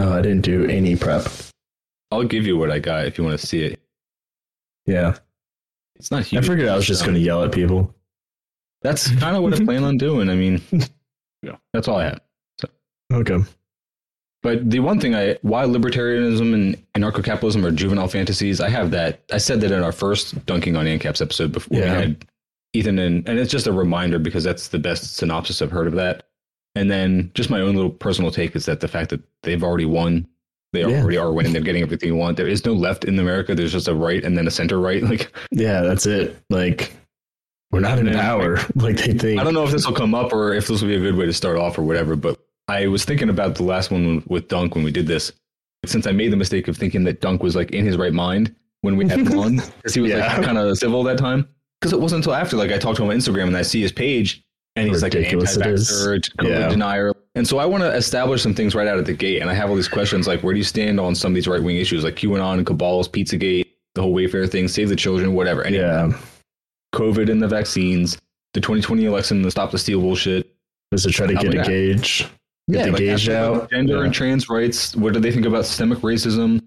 Oh, I didn't do any prep. I'll give you what I got if you want to see it. Yeah. It's not I huge. figured I was just going to yell at people. That's kind of what I plan on doing. I mean, Yeah. that's all I have. Okay. But the one thing I why libertarianism and anarcho-capitalism are juvenile fantasies, I have that. I said that in our first dunking on ANCAP's episode before Yeah. we had Ethan and and it's just a reminder because that's the best synopsis I've heard of that. And then just my own little personal take is that the fact that they've already won, they Yeah. already are winning, they're getting everything you want. There is no left in America. There's just a right and then a center right. Like Yeah, that's it. Like, we're not in Yeah. power like they think. I don't know if this will come up or if this will be a good way to start off or whatever, but I was thinking about the last one with Dunk when we did this. Since I made the mistake of thinking that Dunk was like in his right mind when we had him on, because he was Yeah. like kind of civil that time. Because it wasn't until after like I talked to him on Instagram and I see his page and he's Ridiculous it like an is. anti-vaxxer, COVID Yeah. denier. And so I want to establish some things right out of the gate. And I have all these questions like, where do you stand on some of these right wing issues like QAnon, Cabals, Pizzagate, the whole Wayfair thing, Save the Children, whatever. Any Yeah. COVID and the vaccines, the 2020 election, the stop the steal bullshit. Is to try to How get a about that? gauge. Get the like, gauge ask about out. Gender Yeah. and trans rights. What do they think about systemic racism,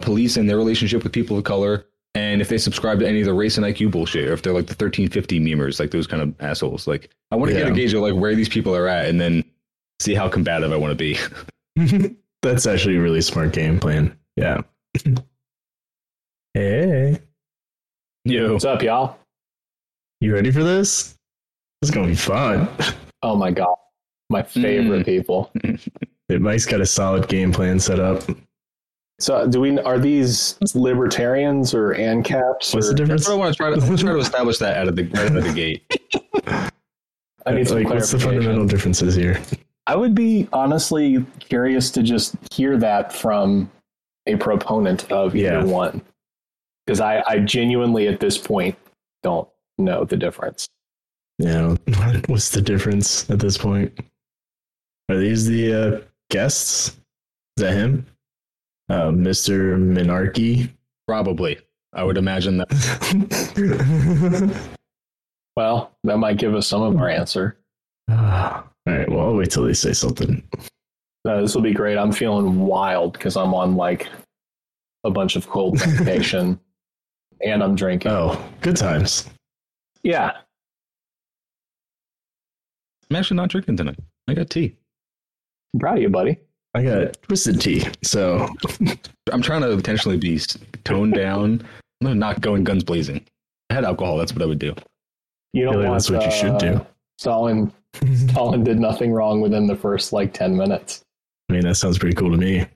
police and their relationship with people of color, and if they subscribe to any of the race and IQ bullshit, or if they're like the 1350 memers, like those kind of assholes. Like, I want to get Yeah. a gauge of like where these people are at and then see how combative I want to be. That's actually a really smart game plan. Yeah. hey, Yo. What's up, y'all? you ready for this? This is gonna be fun. Oh my god, my favorite people. Dude, Mike's got a solid game plan set up. So, do we are these libertarians or ANCAPs? What's Or, the difference? That's what I want to try to, I wanna try to establish that out of the, right out of the gate. I need some like, what's the clarification. fundamental differences here? I would be honestly curious to just hear that from a proponent of either Yeah. one, because I, I genuinely at this point don't know the difference. Yeah, what- what's the difference at this point? Are these the uh, guests? Is that him? Uh, Mr. Minarchy? Probably. I would imagine that. Well, that might give us some of our Hmm. answer. Ah, All right, well, I'll wait till they say something. Uh, this will be great. I'm feeling wild because I'm on like a bunch of cold medication, and I'm drinking. Oh, good times. yeah, I'm actually not drinking tonight. I got tea. I'm proud of you, buddy. I got twisted tea, so I'm trying to intentionally be s- toned down. I'm not going guns blazing. I had alcohol. That's what I would do. You don't Really, want that's what you should uh, do. Stalin, Stalin did nothing wrong within the first like ten minutes. I mean, that sounds pretty cool to me.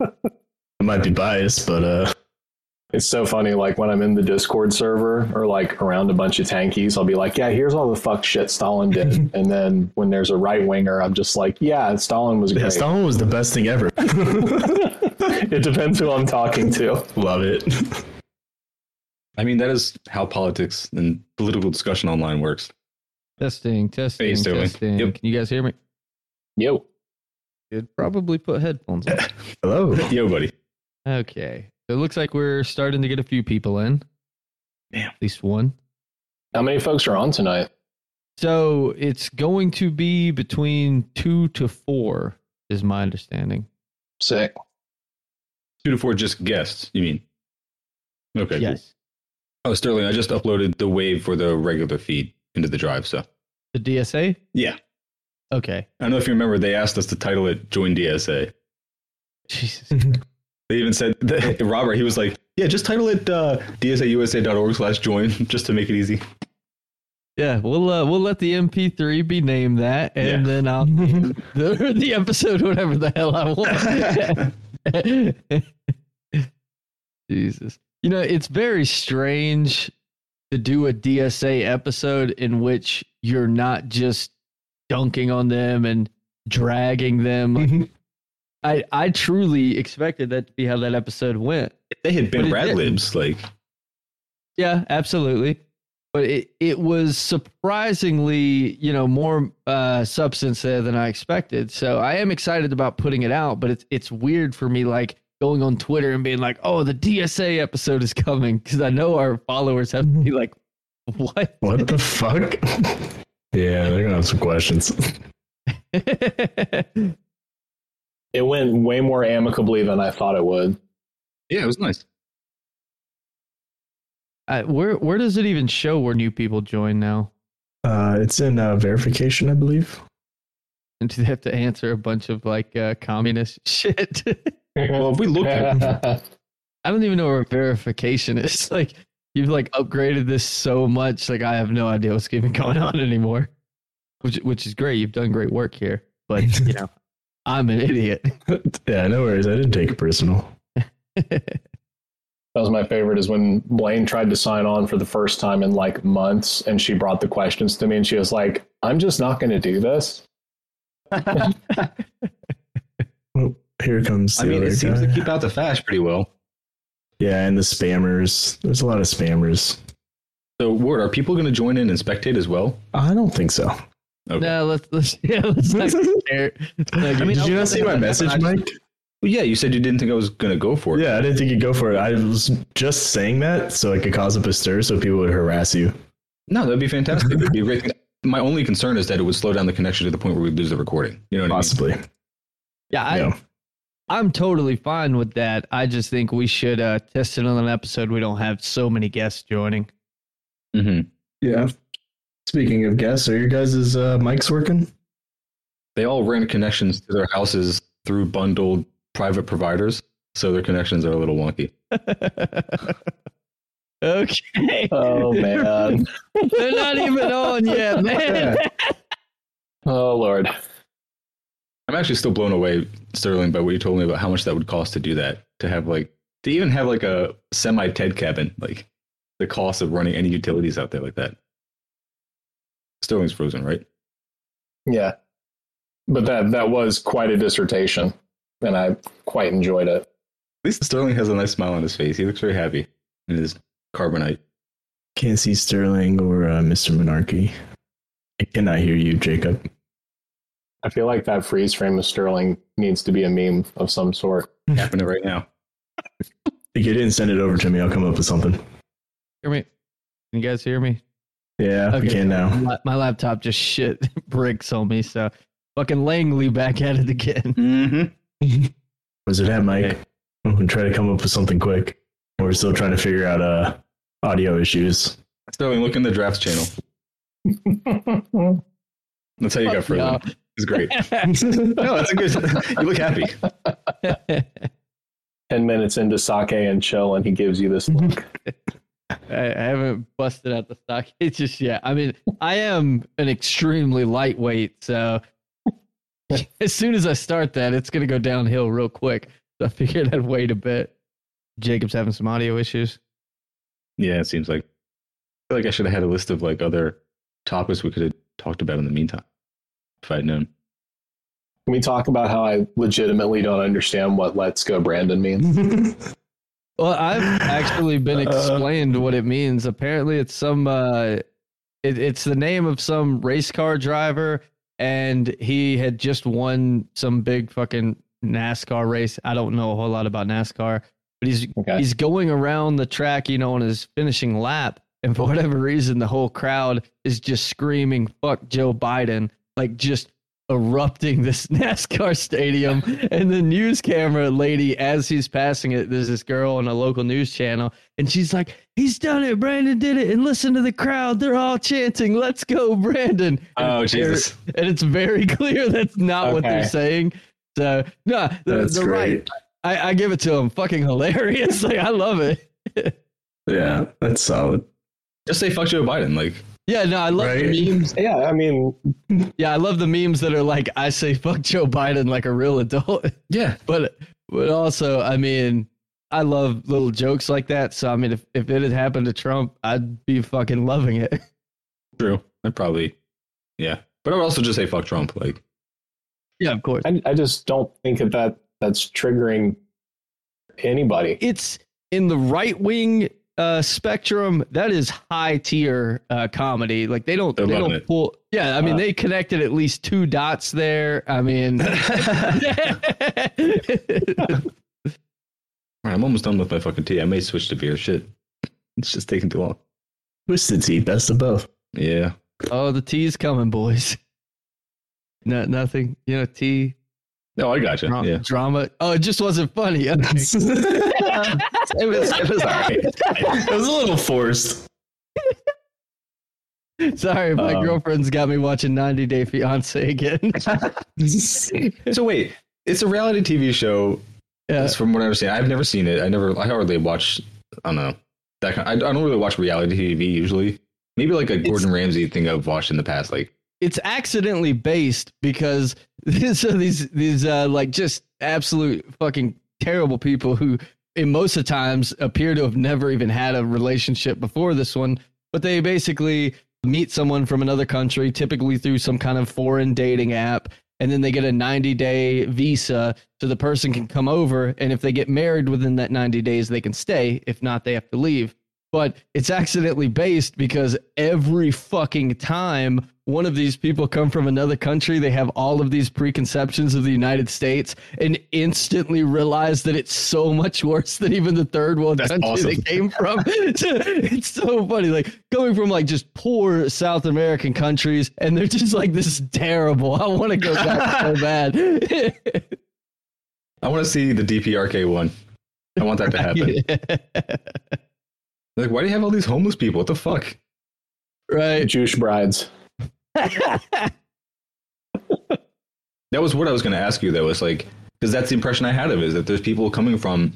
I might be biased, but uh, It's so funny. Like when I'm in the Discord server or like around a bunch of tankies, I'll be like, "Yeah, here's all the fuck shit Stalin did." and then when there's a right winger, I'm just like, "Yeah, Stalin was yeah, great." Stalin was the best thing ever. it depends who I'm talking to. Love it. I mean, that is how politics and political discussion online works. Testing, testing, Face doing. testing. Yep. Can you guys hear me? Yo, You'd probably put headphones on. Hello. Yo, buddy. okay. It looks like we're starting to get a few people in. Damn. At least one. how many folks are on tonight? So it's going to be between two to four, is my understanding. Sick. Two to four just guests, you mean? Okay. cool. yes. Oh, Sterling, I just uploaded the wave for the regular feed into the drive. So, The DSA? yeah. Okay. I don't know if you remember, they asked us to title it Join DSA. Jesus. They even said, Robert, he was like, yeah, just title it uh, dsausa.org slash join just to make it easy. yeah, we'll uh, we'll let the MP3 be named that, and then I'll name the, the episode whatever the hell I want. Jesus. You know, it's very strange to do a DSA episode in which you're not just dunking on them and dragging them. Like, Mhm. I I truly expected that to be how that episode went. they had been But it rad didn't. libs. Like, Yeah, absolutely. But it, it was surprisingly, you know, more uh, substance there than I expected. So I am excited about putting it out, but it's it's weird for me like going on Twitter and being like, "Oh, the DSA episode is coming," because I know our followers have to be like, "What?" What the fuck? yeah, they're gonna have some questions. but It went way more amicably than I thought it would. Yeah, it was nice. Uh, where where does it even show where new people join now? Uh, it's in uh, verification, I believe. And do they have to answer a bunch of like uh, communist shit? Well, if we look at I don't even know where verification is. Like you've like upgraded this so much, like I have no idea what's even going on anymore. Which which is great. You've done great work here, but you know, I'm an idiot. yeah, no worries. I didn't take it personal. That was my favorite is when Blaine tried to sign on for the first time in like months and she brought the questions to me and she was like, I'm just not going to do this. Well, Oh, here comes the I mean, other it seems guy. to keep out the fash pretty well. yeah, and the spammers. There's a lot of spammers. So, Ward, are people going to join in and spectate as well? I don't think so. Okay. no, let's let's yeah, let's not compare. I Did mean, you I'll- not see my I'll- message, I'll- Mike? Well, yeah, you said you didn't think I was going to go for it. Yeah, I didn't think you'd go for it. I was just saying that so I could cause up a stir so people would harass you. No, that'd be fantastic. It'd be a great. Thing. My only concern is that it would slow down the connection to the point where we lose the recording. You know what Possibly. yeah, I, yeah. I'm totally fine with that. I just think we should uh, test it on an episode. We don't have so many guests joining. I mean? Mm-hmm. Yeah. Speaking of guests, are your guys' uh, mics working? They all rent connections to their houses through bundled private providers, so their connections are a little wonky. okay. Oh, man. They're not even on yet, man. oh, Lord. I'm actually still blown away, Sterling, by what you told me about how much that would cost to do that. To have like to even have like a semi TED cabin, like the cost of running any utilities out there like that. Sterling's frozen, right? Yeah. But that, that was quite a dissertation and I quite enjoyed it. At least Sterling has a nice smile on his face. He looks very happy in his carbonite. Can't see Sterling or uh, Mr. Monarchy. I cannot hear you, Jacob. I feel like that freeze frame of Sterling needs to be a meme of some sort. Happening right now. If you didn't send it over to me, I'll come up with something. Hear me? Can you guys hear me? Yeah, we Okay. can now. My, my laptop just shit bricks on me, so fucking Langley back at it again. Mm-hmm. Was it that, Mike? I'm going to try to come up with something quick. We're still trying to figure out uh, audio issues. Sterling, look in the drafts channel. That's how you got Fuck frozen. It's great. No, that's a good. you look happy. y'all. 10 minutes into sake and chill, and he gives you this look. I, I haven't busted out the stock It's just yet. I mean, I am an extremely lightweight, so as soon as I start that, it's gonna go downhill real quick. So I figured I'd wait a bit. Jacob's having some audio issues. Yeah, it seems like. I feel like I should have had a list of like other topics we could have talked about in the meantime, if I'd known. Can we talk about how I legitimately don't understand what let's go Brandon means? Well, I've actually been Uh. explained what it means. Apparently, it's some. Uh, it, it's the name of some race car driver, and he had just won some big fucking NASCAR race. I don't know a whole lot about NASCAR, but he's Okay. he's going around the track, you know, on his finishing lap, and for whatever reason, the whole crowd is just screaming "fuck Joe Biden," like just erupting this NASCAR stadium. and the news camera lady, as he's passing it, there's this girl on a local news channel, and she's like, "He's done it, Brandon did it!" And listen to the crowd; they're all chanting, "Let's go, Brandon!" And Oh, it's very- Jesus. And it's very clear that's not what they're Okay. saying. So no, they're, That's they're right. great. I, I give it to him. Fucking hilarious. Like I love it. Yeah, that's solid. Just say fuck Joe Biden. Like, Yeah, no, I love Right? the memes. Yeah, I mean, Yeah, I love the memes that are like, I say fuck Joe Biden like a real adult. yeah, But but also, I mean, I love little jokes like that. So I mean if, if it had happened to Trump, I'd be fucking loving it. true. I'd probably, yeah. But I would also just say fuck Trump. Like, Yeah, of course. I, I just don't think that, that that's triggering anybody. It's in the right wing uh spectrum, that is high tier uh comedy. Like they don't They're they loving don't it. pull yeah, I mean Uh, they connected at least two dots there. I mean all right, I'm almost done with my fucking tea. I may switch to beer. Shit. It's just taking too long. Twisted Tea, best of both. Yeah. oh, the tea's coming, boys. No, nothing. You know, tea, No, I gotcha. Dra- Yeah. Drama. Oh, it just wasn't funny. Okay. it it was, It was all right. was a little forced. sorry, my Um, girlfriend's got me watching 90 Day Fiance again. So wait, it's a reality TV show. yeah. That's from what I understand. I've never seen it. I never. I hardly watch. I don't know. That kind. I, I don't really watch reality TV usually. Maybe like a Gordon Ramsay thing I've watched in the past. Like it's accidentally based because so these these uh, like just absolute fucking terrible people who in most of the times appear to have never even had a relationship before this one, but they basically meet someone from another country, typically through some kind of foreign dating app, and then they get a 90 day visa so the person can come over, and if they get married within that 90 days, they can stay. If not, they have to leave but it's accidentally based because every fucking time one of these people come from another country they have all of these preconceptions of the united states and instantly realize that it's so much worse than even the third world That's country they awesome. came from it's so funny like coming from like just poor south american countries and they're just like this is terrible i want to go back so bad I want to see the DPRK one. I want that to happen. Like, why do you have all these homeless people? What the fuck? right Jewish brides. That was what I was going to ask you though. It's like because that's the impression I had of it is that there's people coming from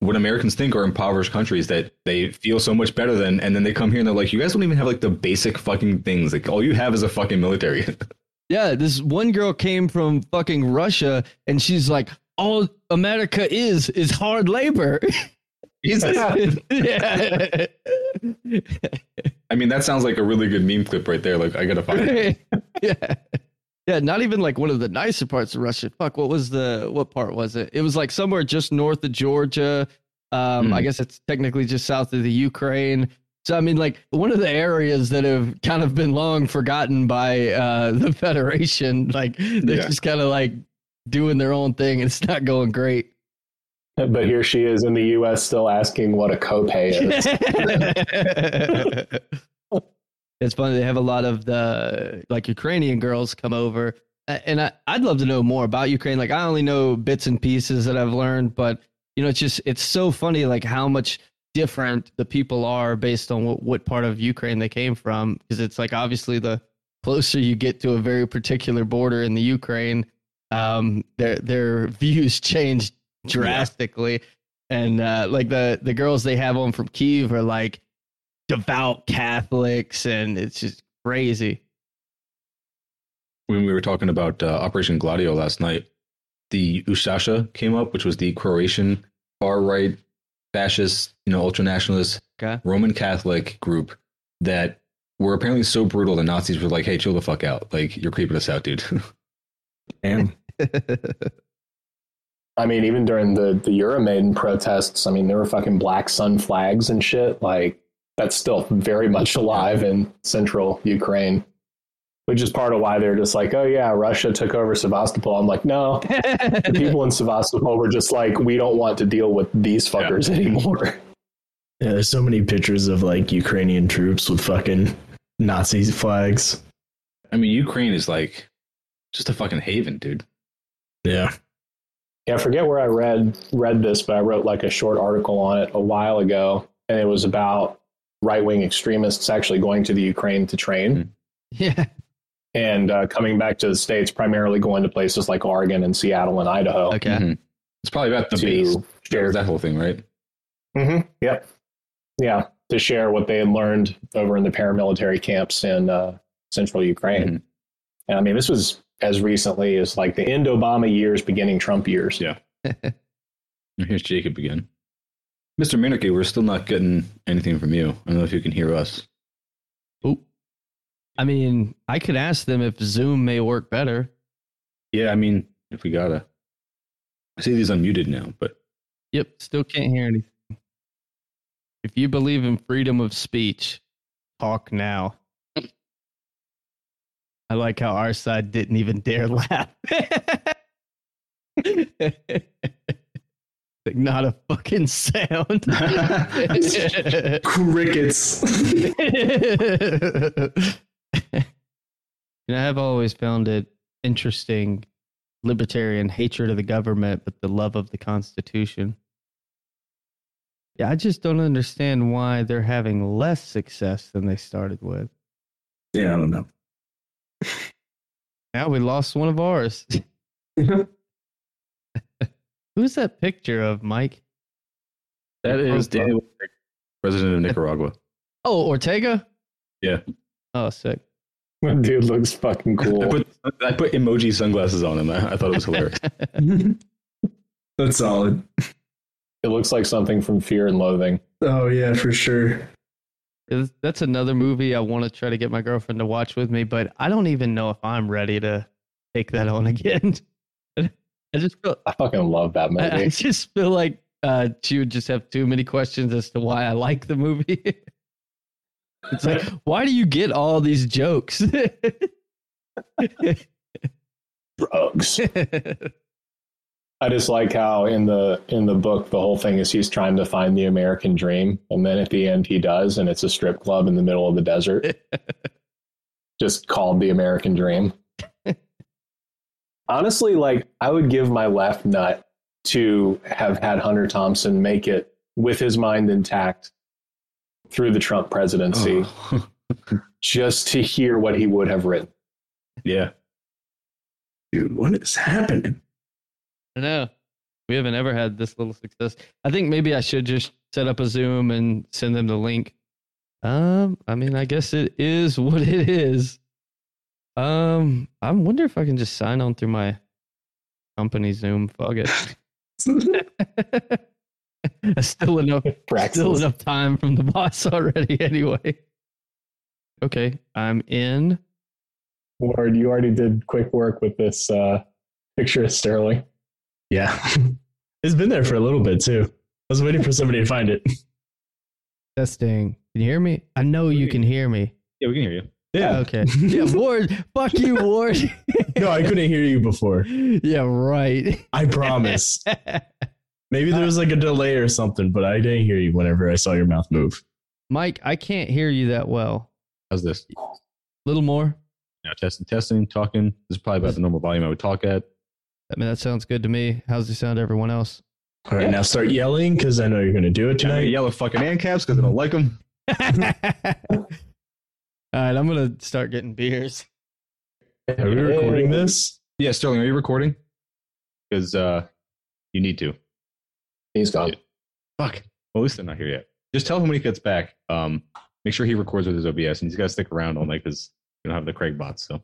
what Americans think are impoverished countries that they feel so much better than, and then they come here and they're like, you guys don't even have like the basic fucking things. Like all you have is a fucking military. Yeah, this one girl came from fucking Russia and she's like, all America is is hard labor. Jesus. yeah. I mean, that sounds like a really good meme clip right there. Like, I gotta find it. yeah. Yeah, not even like one of the nicer parts of Russia. Fuck, what was the what part was it? It was like somewhere just north of Georgia. Um, I Hmm. guess it's technically just south of the Ukraine. So I mean, like one of the areas that have kind of been long forgotten by uh, the Federation. Like they're Yeah. just kind of like doing their own thing, and it's not going great. But here she is in the U.S. still asking what a copay is. it's funny they have a lot of the like ukrainian girls come over A- and I, i'd love to know more about ukraine like i only know bits and pieces that i've learned but you know it's just it's so funny like how much different the people are based on what, what part of ukraine they came from because it's like obviously the closer you get to a very particular border in the ukraine um their their views change drastically and uh, like the the girls they have on from Kiev are like devout Catholics, and it's just crazy. When we were talking about uh, Operation Gladio last night, the Ustasha came up, which was the Croatian far right fascist, you know, ultra nationalist Okay. Roman Catholic group that were apparently so brutal the Nazis were like, hey, chill the fuck out. Like, you're creeping us out, dude. Damn. I mean, even during the the Euromaiden protests, I mean, there were fucking black sun flags and shit. Like that's still very much alive in central Ukraine, which is part of why they're just like, oh yeah, Russia took over Sevastopol. I'm like, no, the people in Sevastopol were just like, we don't want to deal with these fuckers anymore. Yeah, there's so many pictures of like Ukrainian troops with fucking Nazi flags. I mean, Ukraine is like just a fucking haven, dude. Yeah. Yeah, I forget where I read read this, but I wrote like a short article on it a while ago, and it was about right wing extremists actually going to the Ukraine to train. Hmm. yeah, and uh, coming back to the states, primarily going to places like Oregon and Seattle and Idaho. okay, Mhm. It's probably about the to base. share. There's that whole thing, right? Mhm, Yep. Yeah, to share what they had learned over in the paramilitary camps in uh, central Ukraine. Mhm. And I mean, this was as recently as like the end Obama years, beginning Trump years. Yeah. Here's Jacob again. Mr. Minerke, we're still not getting anything from you. I don't know if you can hear us. Ooh. I mean, I could ask them if Zoom may work better. Yeah, I mean, if we gotta. I see these unmuted now, but Yep, still can't hear anything. If you believe in freedom of speech, talk now. I like how our side didn't even dare laugh. like not a fucking sound. Crickets. and I have always found it interesting libertarian hatred of the government, but the love of the Constitution. Yeah, I just don't understand why they're having less success than they started with. Yeah, I don't know. Now we lost one of ours. Who's that picture of Mike? That is Ortega. Daniel, Ortega, president of Nicaragua. Oh, Ortega? Yeah. Oh, sick. That dude looks fucking I, cool. put, I put emoji sunglasses on him. I, I thought it was hilarious. That's solid. it looks like something from Fear and Loathing. Oh yeah, for sure. Is- That's another movie I want to try to get my girlfriend to watch with me, but I don't even know if I'm ready to take that on again. I just feel I fucking love that movie. I, I just feel like uh, she would just have too many questions as to why I like the movie. it's like, why do you get all these jokes? Drugs. I just like how in the in the book the whole thing is he's trying to find the American dream, and then at the end he does, and it's a strip club in the middle of the desert, just called the American Dream. Honestly, like I would give my left nut to have had Hunter Thompson make it with his mind intact through the Trump presidency, Oh. just to hear what he would have written. yeah. Dude, what is happening? I know. We haven't ever had this little success. I think maybe I should just set up a Zoom and send them the link. Um, I mean, I guess it is what it is. Um, I wonder if I can just sign on through my company Zoom. Fuck it. That's still enough still Praxis. enough time from the boss already anyway. Okay, I'm in. Ward, you already did quick work with this uh, picture of Sterling. Yeah. it's been there for a little bit too. I was waiting for somebody to find it. Testing. Can you hear me? I know you can hear me. Yeah, we can hear you. Yeah. Okay. Yeah, Ward. fuck you, Ward. No, I couldn't hear you before. yeah, right. I promise. Maybe there was like a delay or something, but I didn't hear you whenever I saw your mouth move. Mike, I can't hear you that well. How's this? little more. Now testing, testing, talking. This is probably about the normal volume I would talk at. I mean, that sounds good to me. How's it sound to everyone else? All right, now start yelling because I know you're going to do it Can I tonight. yell at fucking ANCAPs because I don't like them? All right, I'm gonna start getting beers. Are we recording this? Yeah, Sterling, are you recording? Because uh, you need to. He's gone. Fuck. Well, at least they're not here yet. Just tell him when he gets back. Um, make sure he records with his OBS, and he's got to stick around all night because we don't have the Craig bot. So.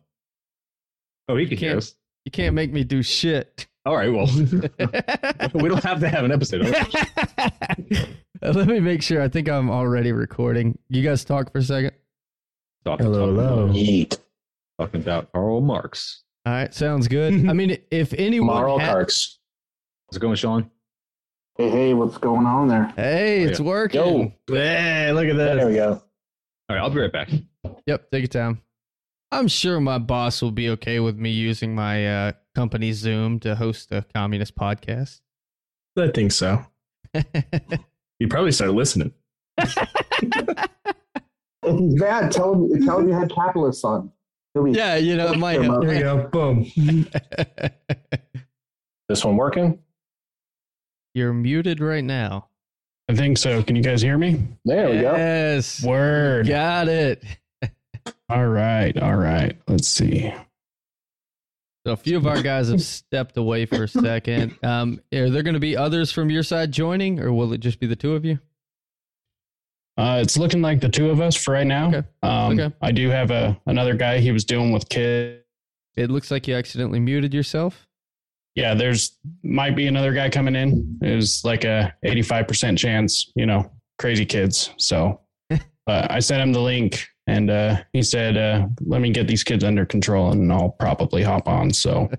Oh, he can hear Can't- us. You can't make me do shit. All right. Well, we don't have to have an episode. Okay. Let me make sure. I think I'm already recording. You guys talk for a second. Talking- Hello, hello. Talking, Yeet. talking about Karl Marx. All right, sounds good. I mean, if anyone Marl ha- Karks. How's it going, Sean? Hey, hey, what's going on there? hey, Oh, it's working. Yo. Hey, look at There that. we go. All right, I'll be right back. Yep, take your time. I'm sure my boss will be okay with me using my uh, company Zoom to host a communist podcast. I think so. You probably started listening. Yeah, tell him, tell him you had capitalists on. He'll be- yeah, you know, it might help. There you go. Boom. This one working? You're muted right now. I think so. Can you guys hear me? There we go. yes. Word. Got it. All right. All right. Let's see. So a few of our guys have stepped away for a second. Um, are there going to be others from your side joining, or will it just be the two of you? Uh, it's looking like the two of us for right now. Okay. Um, Okay. I do have a another guy he was dealing with kid. It looks like you accidentally muted yourself. Yeah, there's might be another guy coming in. There's like a 85% chance, you know, crazy kids. So uh, I sent him the link and uh, he said, uh, let me get these kids under control and I'll probably hop on. So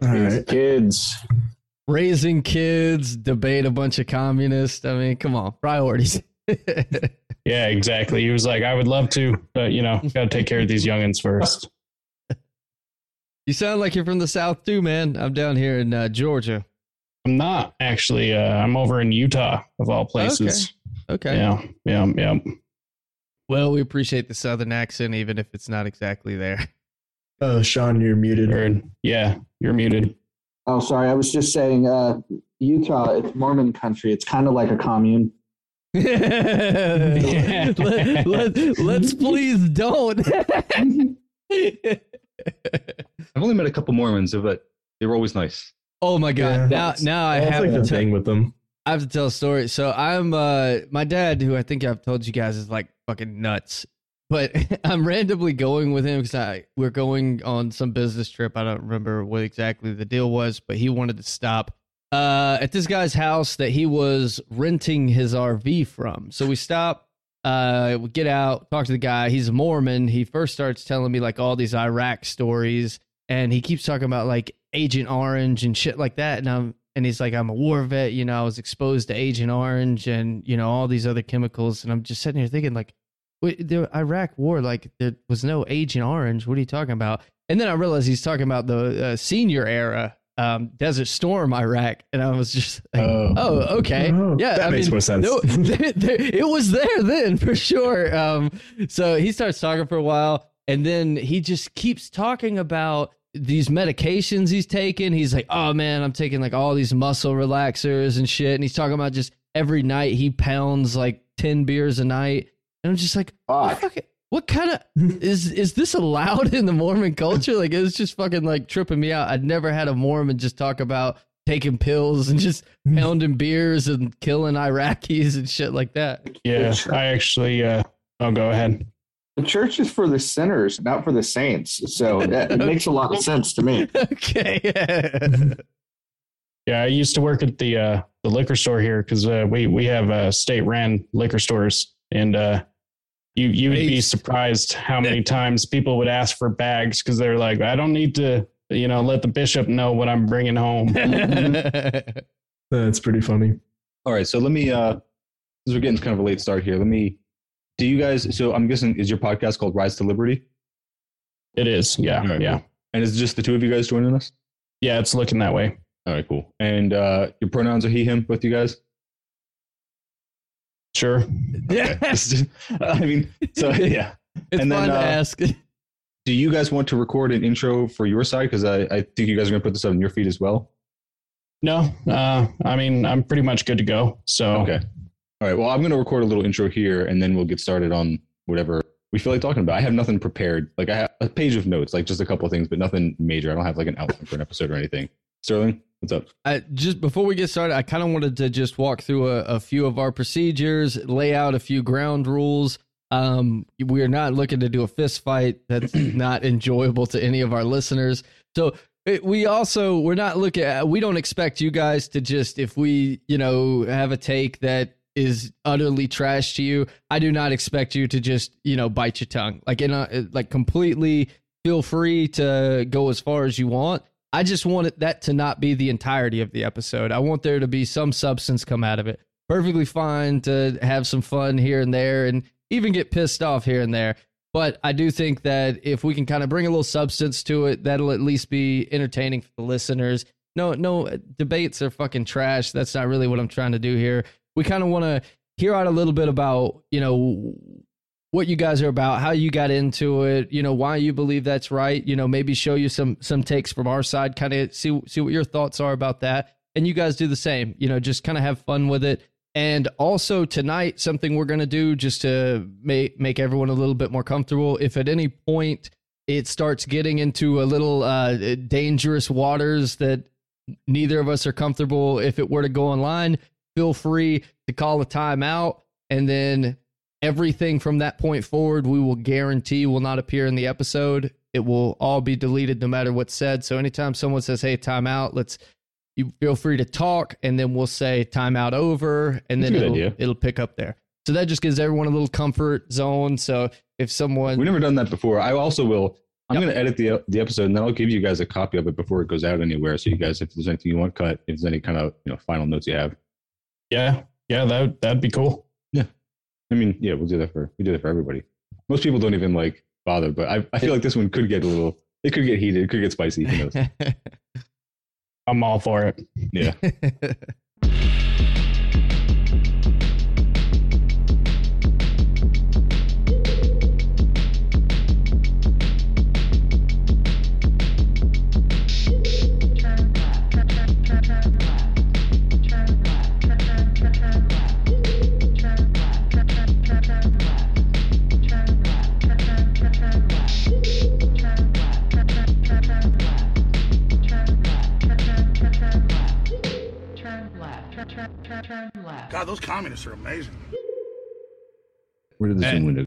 All These right. Kids. Raising kids, debate a bunch of communists. I mean, come on, priorities. yeah, exactly. He was like, I would love to, but you know, got to take care of these youngins first. You sound like you're from the South too, man. I'm down here in uh, Georgia. I'm not actually. Uh, I'm over in Utah, of all places. Okay. Yeah, yeah, yeah. Well, we appreciate the Southern accent, even if it's not exactly there. Oh, Sean, you're muted. Or, yeah, you're muted. Oh, sorry. I was just saying, uh, Utah, it's Mormon country. It's kind of like a commune. let, let, let's please don't. I've only met a couple Mormons, but they were always nice. oh my Yeah, god! now, that's- now I That's have like to the tell- thing with them. I have to tell a story. So I'm uh my dad, who I think I've told you guys is like fucking nuts. But I'm randomly going with him because I we're going on some business trip. I don't remember what exactly the deal was, but he wanted to stop uh at this guy's house that he was renting his RV from. So we stop uh we get out talk to the guy he's a mormon he first starts telling me like all these iraq stories and he keeps talking about like agent orange and shit like that and i'm and he's like i'm a war vet you know i was exposed to agent orange and you know all these other chemicals and i'm just sitting here thinking like wait, the iraq war like there was no agent orange what are you talking about and then i realized he's talking about the uh, senior era um, desert storm iraq and i was just like, Oh. oh okay Oh, yeah that I makes mean, more sense. no, there- there- it was there then for sure. Um, so he starts talking for a while, and then he just keeps talking about these medications he's taking. He's like, "Oh man, I'm taking like all these muscle relaxers and shit," and he's talking about just every night he pounds like ten beers a night, and I'm just like, Fuck. Fuck it. What kind of is is this allowed in the Mormon culture? Like it was just fucking like tripping me out. I'd never had a Mormon just talk about taking pills and just pounding beers and killing Iraqis and shit like that. Yeah, I actually. Uh, oh, go ahead. The church is for the sinners, not for the saints. So that, it makes a lot of sense to me. okay. Yeah, I used to work at the uh, the liquor store here because uh, we we have uh, state ran liquor stores, and uh, you you would be Based. surprised how many times people would ask for bags because they're like, I don't need to, you know, let the bishop know what I'm bringing home. That's pretty funny. All right, so let me. uh Since we're getting kind of a late start here, let me. Do you guys? So I'm guessing is your podcast called Rise to Liberty, It is, yeah, All right, yeah, and is it just the two of you guys joining us? yeah. It's looking that way. All right, cool. And uh your pronouns are he, him with you guys. Sure. Yeah. It's just- I mean, so yeah. It's And then, fun uh, to ask. Do you guys want to record an intro for your side? Because I, I think you guys are gonna put this on your feed as well. No, uh, I mean I'm pretty much good to go. Oh. So Okay. All right. Well, I'm going to record a little intro here, and then we'll get started on whatever we feel like talking about. I have nothing prepared. Like I have a page of notes, like just a couple of things, but nothing major. I don't have like an outline for an episode or anything. Sterling, what's up? I, just before we get started, I kind of wanted to just walk through a, a few of our procedures, lay out a few ground rules. Um, we are not looking to do a fist fight. That's not enjoyable to any of our listeners. So it, we also we're not looking. At, we don't expect you guys to just if we you know have a take that is utterly trash to you. I do not expect you to just you know bite your tongue like in a eh, like completely. Feel free to go as far as you want. I just want it, that to not be the entirety of the episode. I want there to be some substance come out of it. Perfectly fine to have some fun here and there and even get pissed off here and there. But I do think that if we can kind of bring a little substance to it, that'll at least be entertaining for the listeners. No, no uh, debates are fucking trash. That's not really what I'm trying to do here. We kind of want to hear out a little bit about, you know, what you guys are about, how you got into it, you know, why you believe that's right, you know, maybe show you some some takes from our side, kind of see see what your thoughts are about that. And you guys do the same, you know, just kind of have fun with it. And also tonight, something we're gonna do just to make make everyone a little bit more comfortable. If at any point it starts getting into a little uh, dangerous waters that neither of us are comfortable, if it were to go online, feel free to call a timeout and then everything from that point forward we will guarantee will not appear in the episode it will all be deleted no matter what's said so anytime someone says hey timeout let's you feel free to talk and then we'll say timeout over and That's then a good it'll, idea. it'll pick up there so that just gives everyone a little comfort zone so if someone We've never done that before. I also will. I'm going to edit the the episode, and then I'll give you guys a copy of it before it goes out anywhere. So you guys, if there's anything you want cut, if there's any kind of you know final notes you have, Yeah, yeah. That that'd be cool. I mean, yeah, we'll do that for we do that for everybody. Most people don't even like bother, but I, I feel like this one could get a little. It could get heated. It could get spicy. Who knows? I'm all for it. Yeah. turn, turn, turn, turn left. God, those communists are amazing. Where did the And- Zoom window?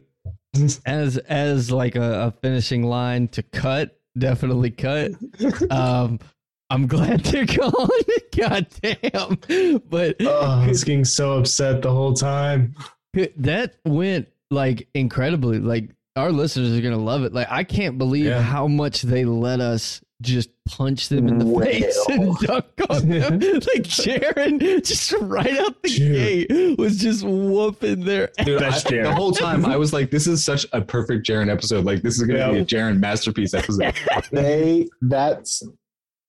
as as like a, a finishing line to cut definitely cut um i'm glad they're gone god damn but Oh, I was getting so upset the whole time. that went like incredibly like our listeners are gonna love it like i can't believe Yeah. how much they let us just punch them in the face and dunk on them like sharon just right out the Dude. gate was just whooping their Dude, That's I- Jaren. The whole time I was like, this is such a perfect Jaren episode. Like, this is going to be Yeah. a Jaren masterpiece episode. They that's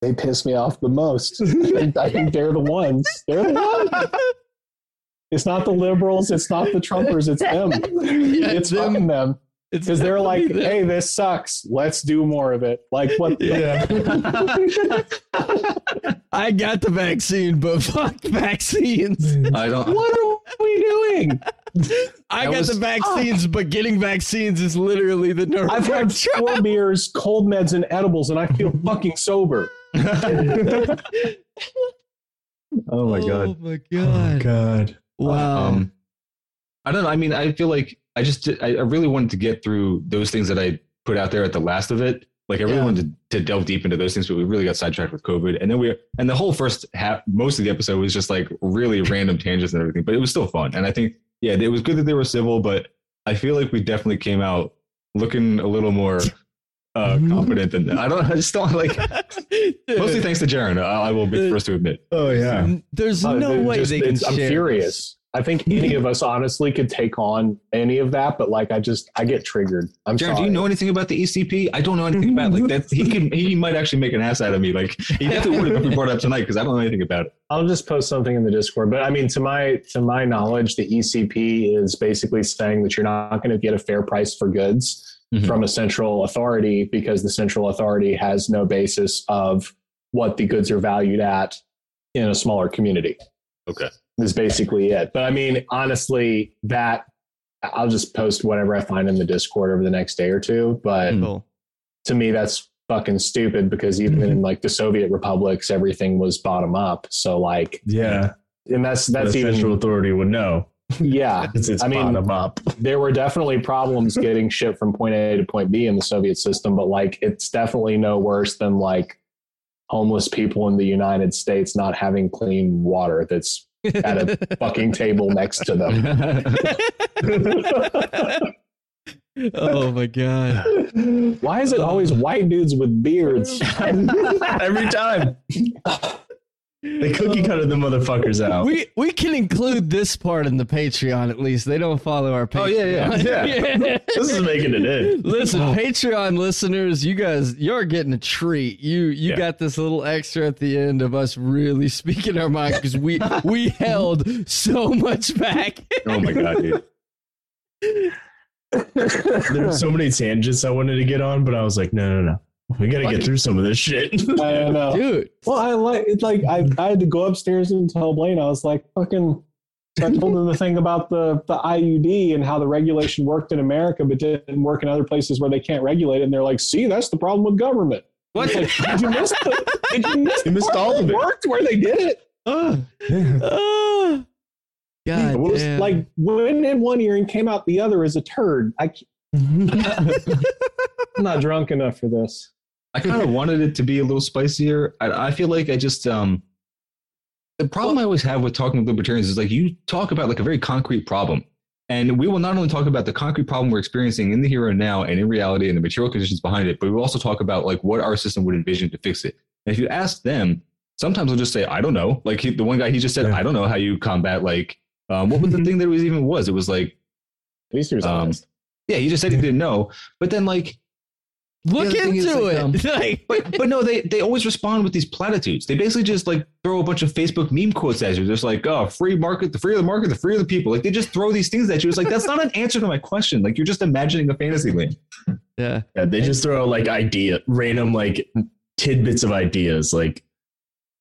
they piss me off the most. I think, I think they're the ones. They're the ones. It's not the liberals. It's not the Trumpers. It's them. it's them. fucking them It's because they're like, definitely them. "Hey, this sucks. Let's do more of it." Like what? the- Yeah. I got the vaccine, but fuck vaccines. I don't. What are we doing? I That got was- the ah. vaccines, but getting vaccines is literally the nerve. I've had four beers, cold meds, and edibles, and I feel fucking sober. Oh my god. Oh my Oh, god! God. Wow. Um, I don't know. I mean, I feel like I just I, I really wanted to get through those things that I put out there at the last of it. Like I really Yeah. wanted to, to delve deep into those things, but we really got sidetracked with COVID. And then we and the whole first half, most of the episode was just like really random tangents and everything. But it was still fun. And I think yeah, it was good that they were civil, but I feel like we definitely came out looking a little more uh, confident than I don't. I just don't like Oh, mostly thanks to Jaron. I, I will be the first to admit. Oh, yeah. There's Oh, Uh, no they're way just- they can. it's- I'm share furious. I think any of us honestly could take on any of that, but like I just I get triggered. I'm Jared, do sorry. you know anything about the ECP? I don't know anything about it. like that. He can, he might actually make an ass out of me. Like he definitely would have been brought up tonight because I don't know anything about it. I'll just post something in the Discord. But I mean, to my to my knowledge, the ECP is basically saying that you're not going to get a fair price for goods Mhm. from a central authority because the central authority has no basis of what the goods are valued at in a smaller community. Okay. is basically it. But I mean, honestly, that I'll just post whatever I find in the Discord over the next day or two. But people. to me that's fucking stupid because even in like the Soviet republics, everything was bottom up. So like, Yeah. and that's that's the even central authority would know. yeah. It's, it's I mean- bottom up. There were definitely problems getting shit from point A to point B in the Soviet system, but like it's definitely no worse than like homeless people in the United States not having clean water that's at a fucking table next to them. oh my god! Why is it always white dudes with beards? Every time. They cookie cutter the motherfuckers out. We we can include this part in the Patreon at least. They don't follow our Patreon. Oh, yeah, yeah. Oh. Yeah. This is making it in. Listen, Patreon listeners, you guys, you're getting a treat. You you Yeah. got this little extra at the end of us really speaking our mind because we we held so much back. oh my god, dude. There's so many tangents I wanted to get on, but I was like, no, no, no. We got to get through some of this shit. I don't know. Oh. Dude, Well, I like it's like I, I had to go upstairs and tell Blaine I was like fucking. so I told him the thing about the the IUD and how the regulation worked in America but didn't work in other places where they can't regulate it. And they're like, "See, that's the problem with government." What? Like, did you miss? The, did you miss, You missed part all where of it. Worked where they did it. Ah. God, It was damn. like went in one ear and came out the other as a turd. I, ca- I'm not drunk enough for this. I kind of wanted it to be a little spicier. I, I feel like I just um. The problem I always have with talking with libertarians is like you talk about like a very concrete problem, and we will not only talk about the concrete problem we're experiencing in the here and now and in reality and the material conditions behind it, but we will also talk about like what our system would envision to fix it. And if you ask them, sometimes they'll just say, "I don't know." Like he, the one guy, he just said, Yeah. "I don't know how you combat like um, what was the thing that it was even was? It was like At least he was Um, honest. yeah, he just said he didn't know." But then like look the other thing is, into like, it. um, like, but but no, they they always respond with these platitudes. They basically just like throw a bunch of Facebook meme quotes at you. They're just like, oh, free market, the free of the market, the free of the people. Like they just throw these things at you. It's like that's not an answer to my question. Like you're just imagining a fantasy land. yeah, Yeah, they just throw out like idea, random like tidbits of ideas. Like,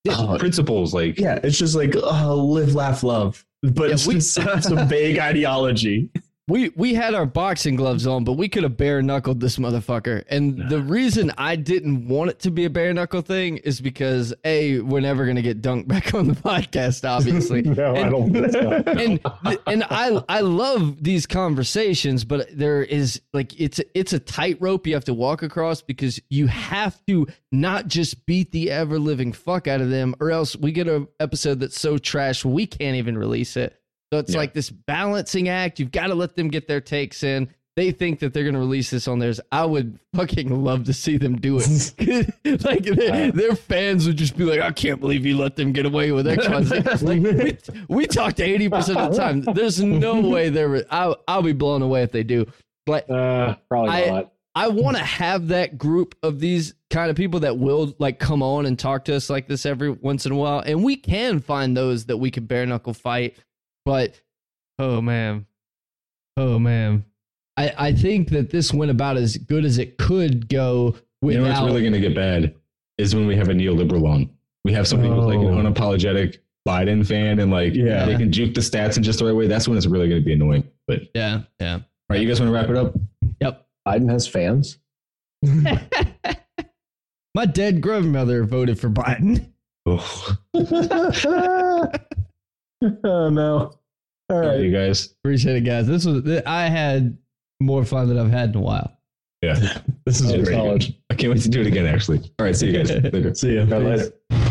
Yeah, Oh. principles, like yeah, it's just like uh, live, uh, laugh, love, but Yeah, it's we- just some, some vague ideology. we we had our boxing gloves on, but we could have bare knuckled this motherfucker. And the reason I didn't want it to be a bare knuckle thing is because a we're never gonna get dunked back on the podcast, obviously. No, I don't think so. and and I I love these conversations, but there is like it's it's a tightrope you have to walk across because you have to not just beat the ever living fuck out of them, or else we get an episode that's so trash we can't even release it. So it's Yeah. like this balancing act. You've got to let them get their takes in. They think that they're going to release this on theirs. I would fucking love to see them do it. like their, their fans would just be like, "I can't believe you let them get away with X, Y, and Z." It's Like we, we talked eighty percent of the time. There's no way they were. I, I'll be blown away if they do. But Uh, probably I- not. I want to have that group of these kind of people that will like come on and talk to us like this every once in a while, and we can find those that we can bare knuckle fight. But oh man, oh man, I I think that this went about as good as it could go You know what's without. really going to get bad is when we have a neoliberal on. We have somebody who's like an Oh. unapologetic Biden fan and like Yeah. they can juke the stats in just the right way. That's when it's really going to be annoying. But all yeah, yeah. right, you guys want to wrap it up? Yep. Biden has fans. My dead grandmother voted for Biden. Oh, oh Uh, no! All all right, right. you guys. Appreciate it, guys. This was I had more fun than I've had in a while. Yeah, this is That was great. solid. I can't wait to do it again. Actually, all right, see you guys later. See ya. All right, later.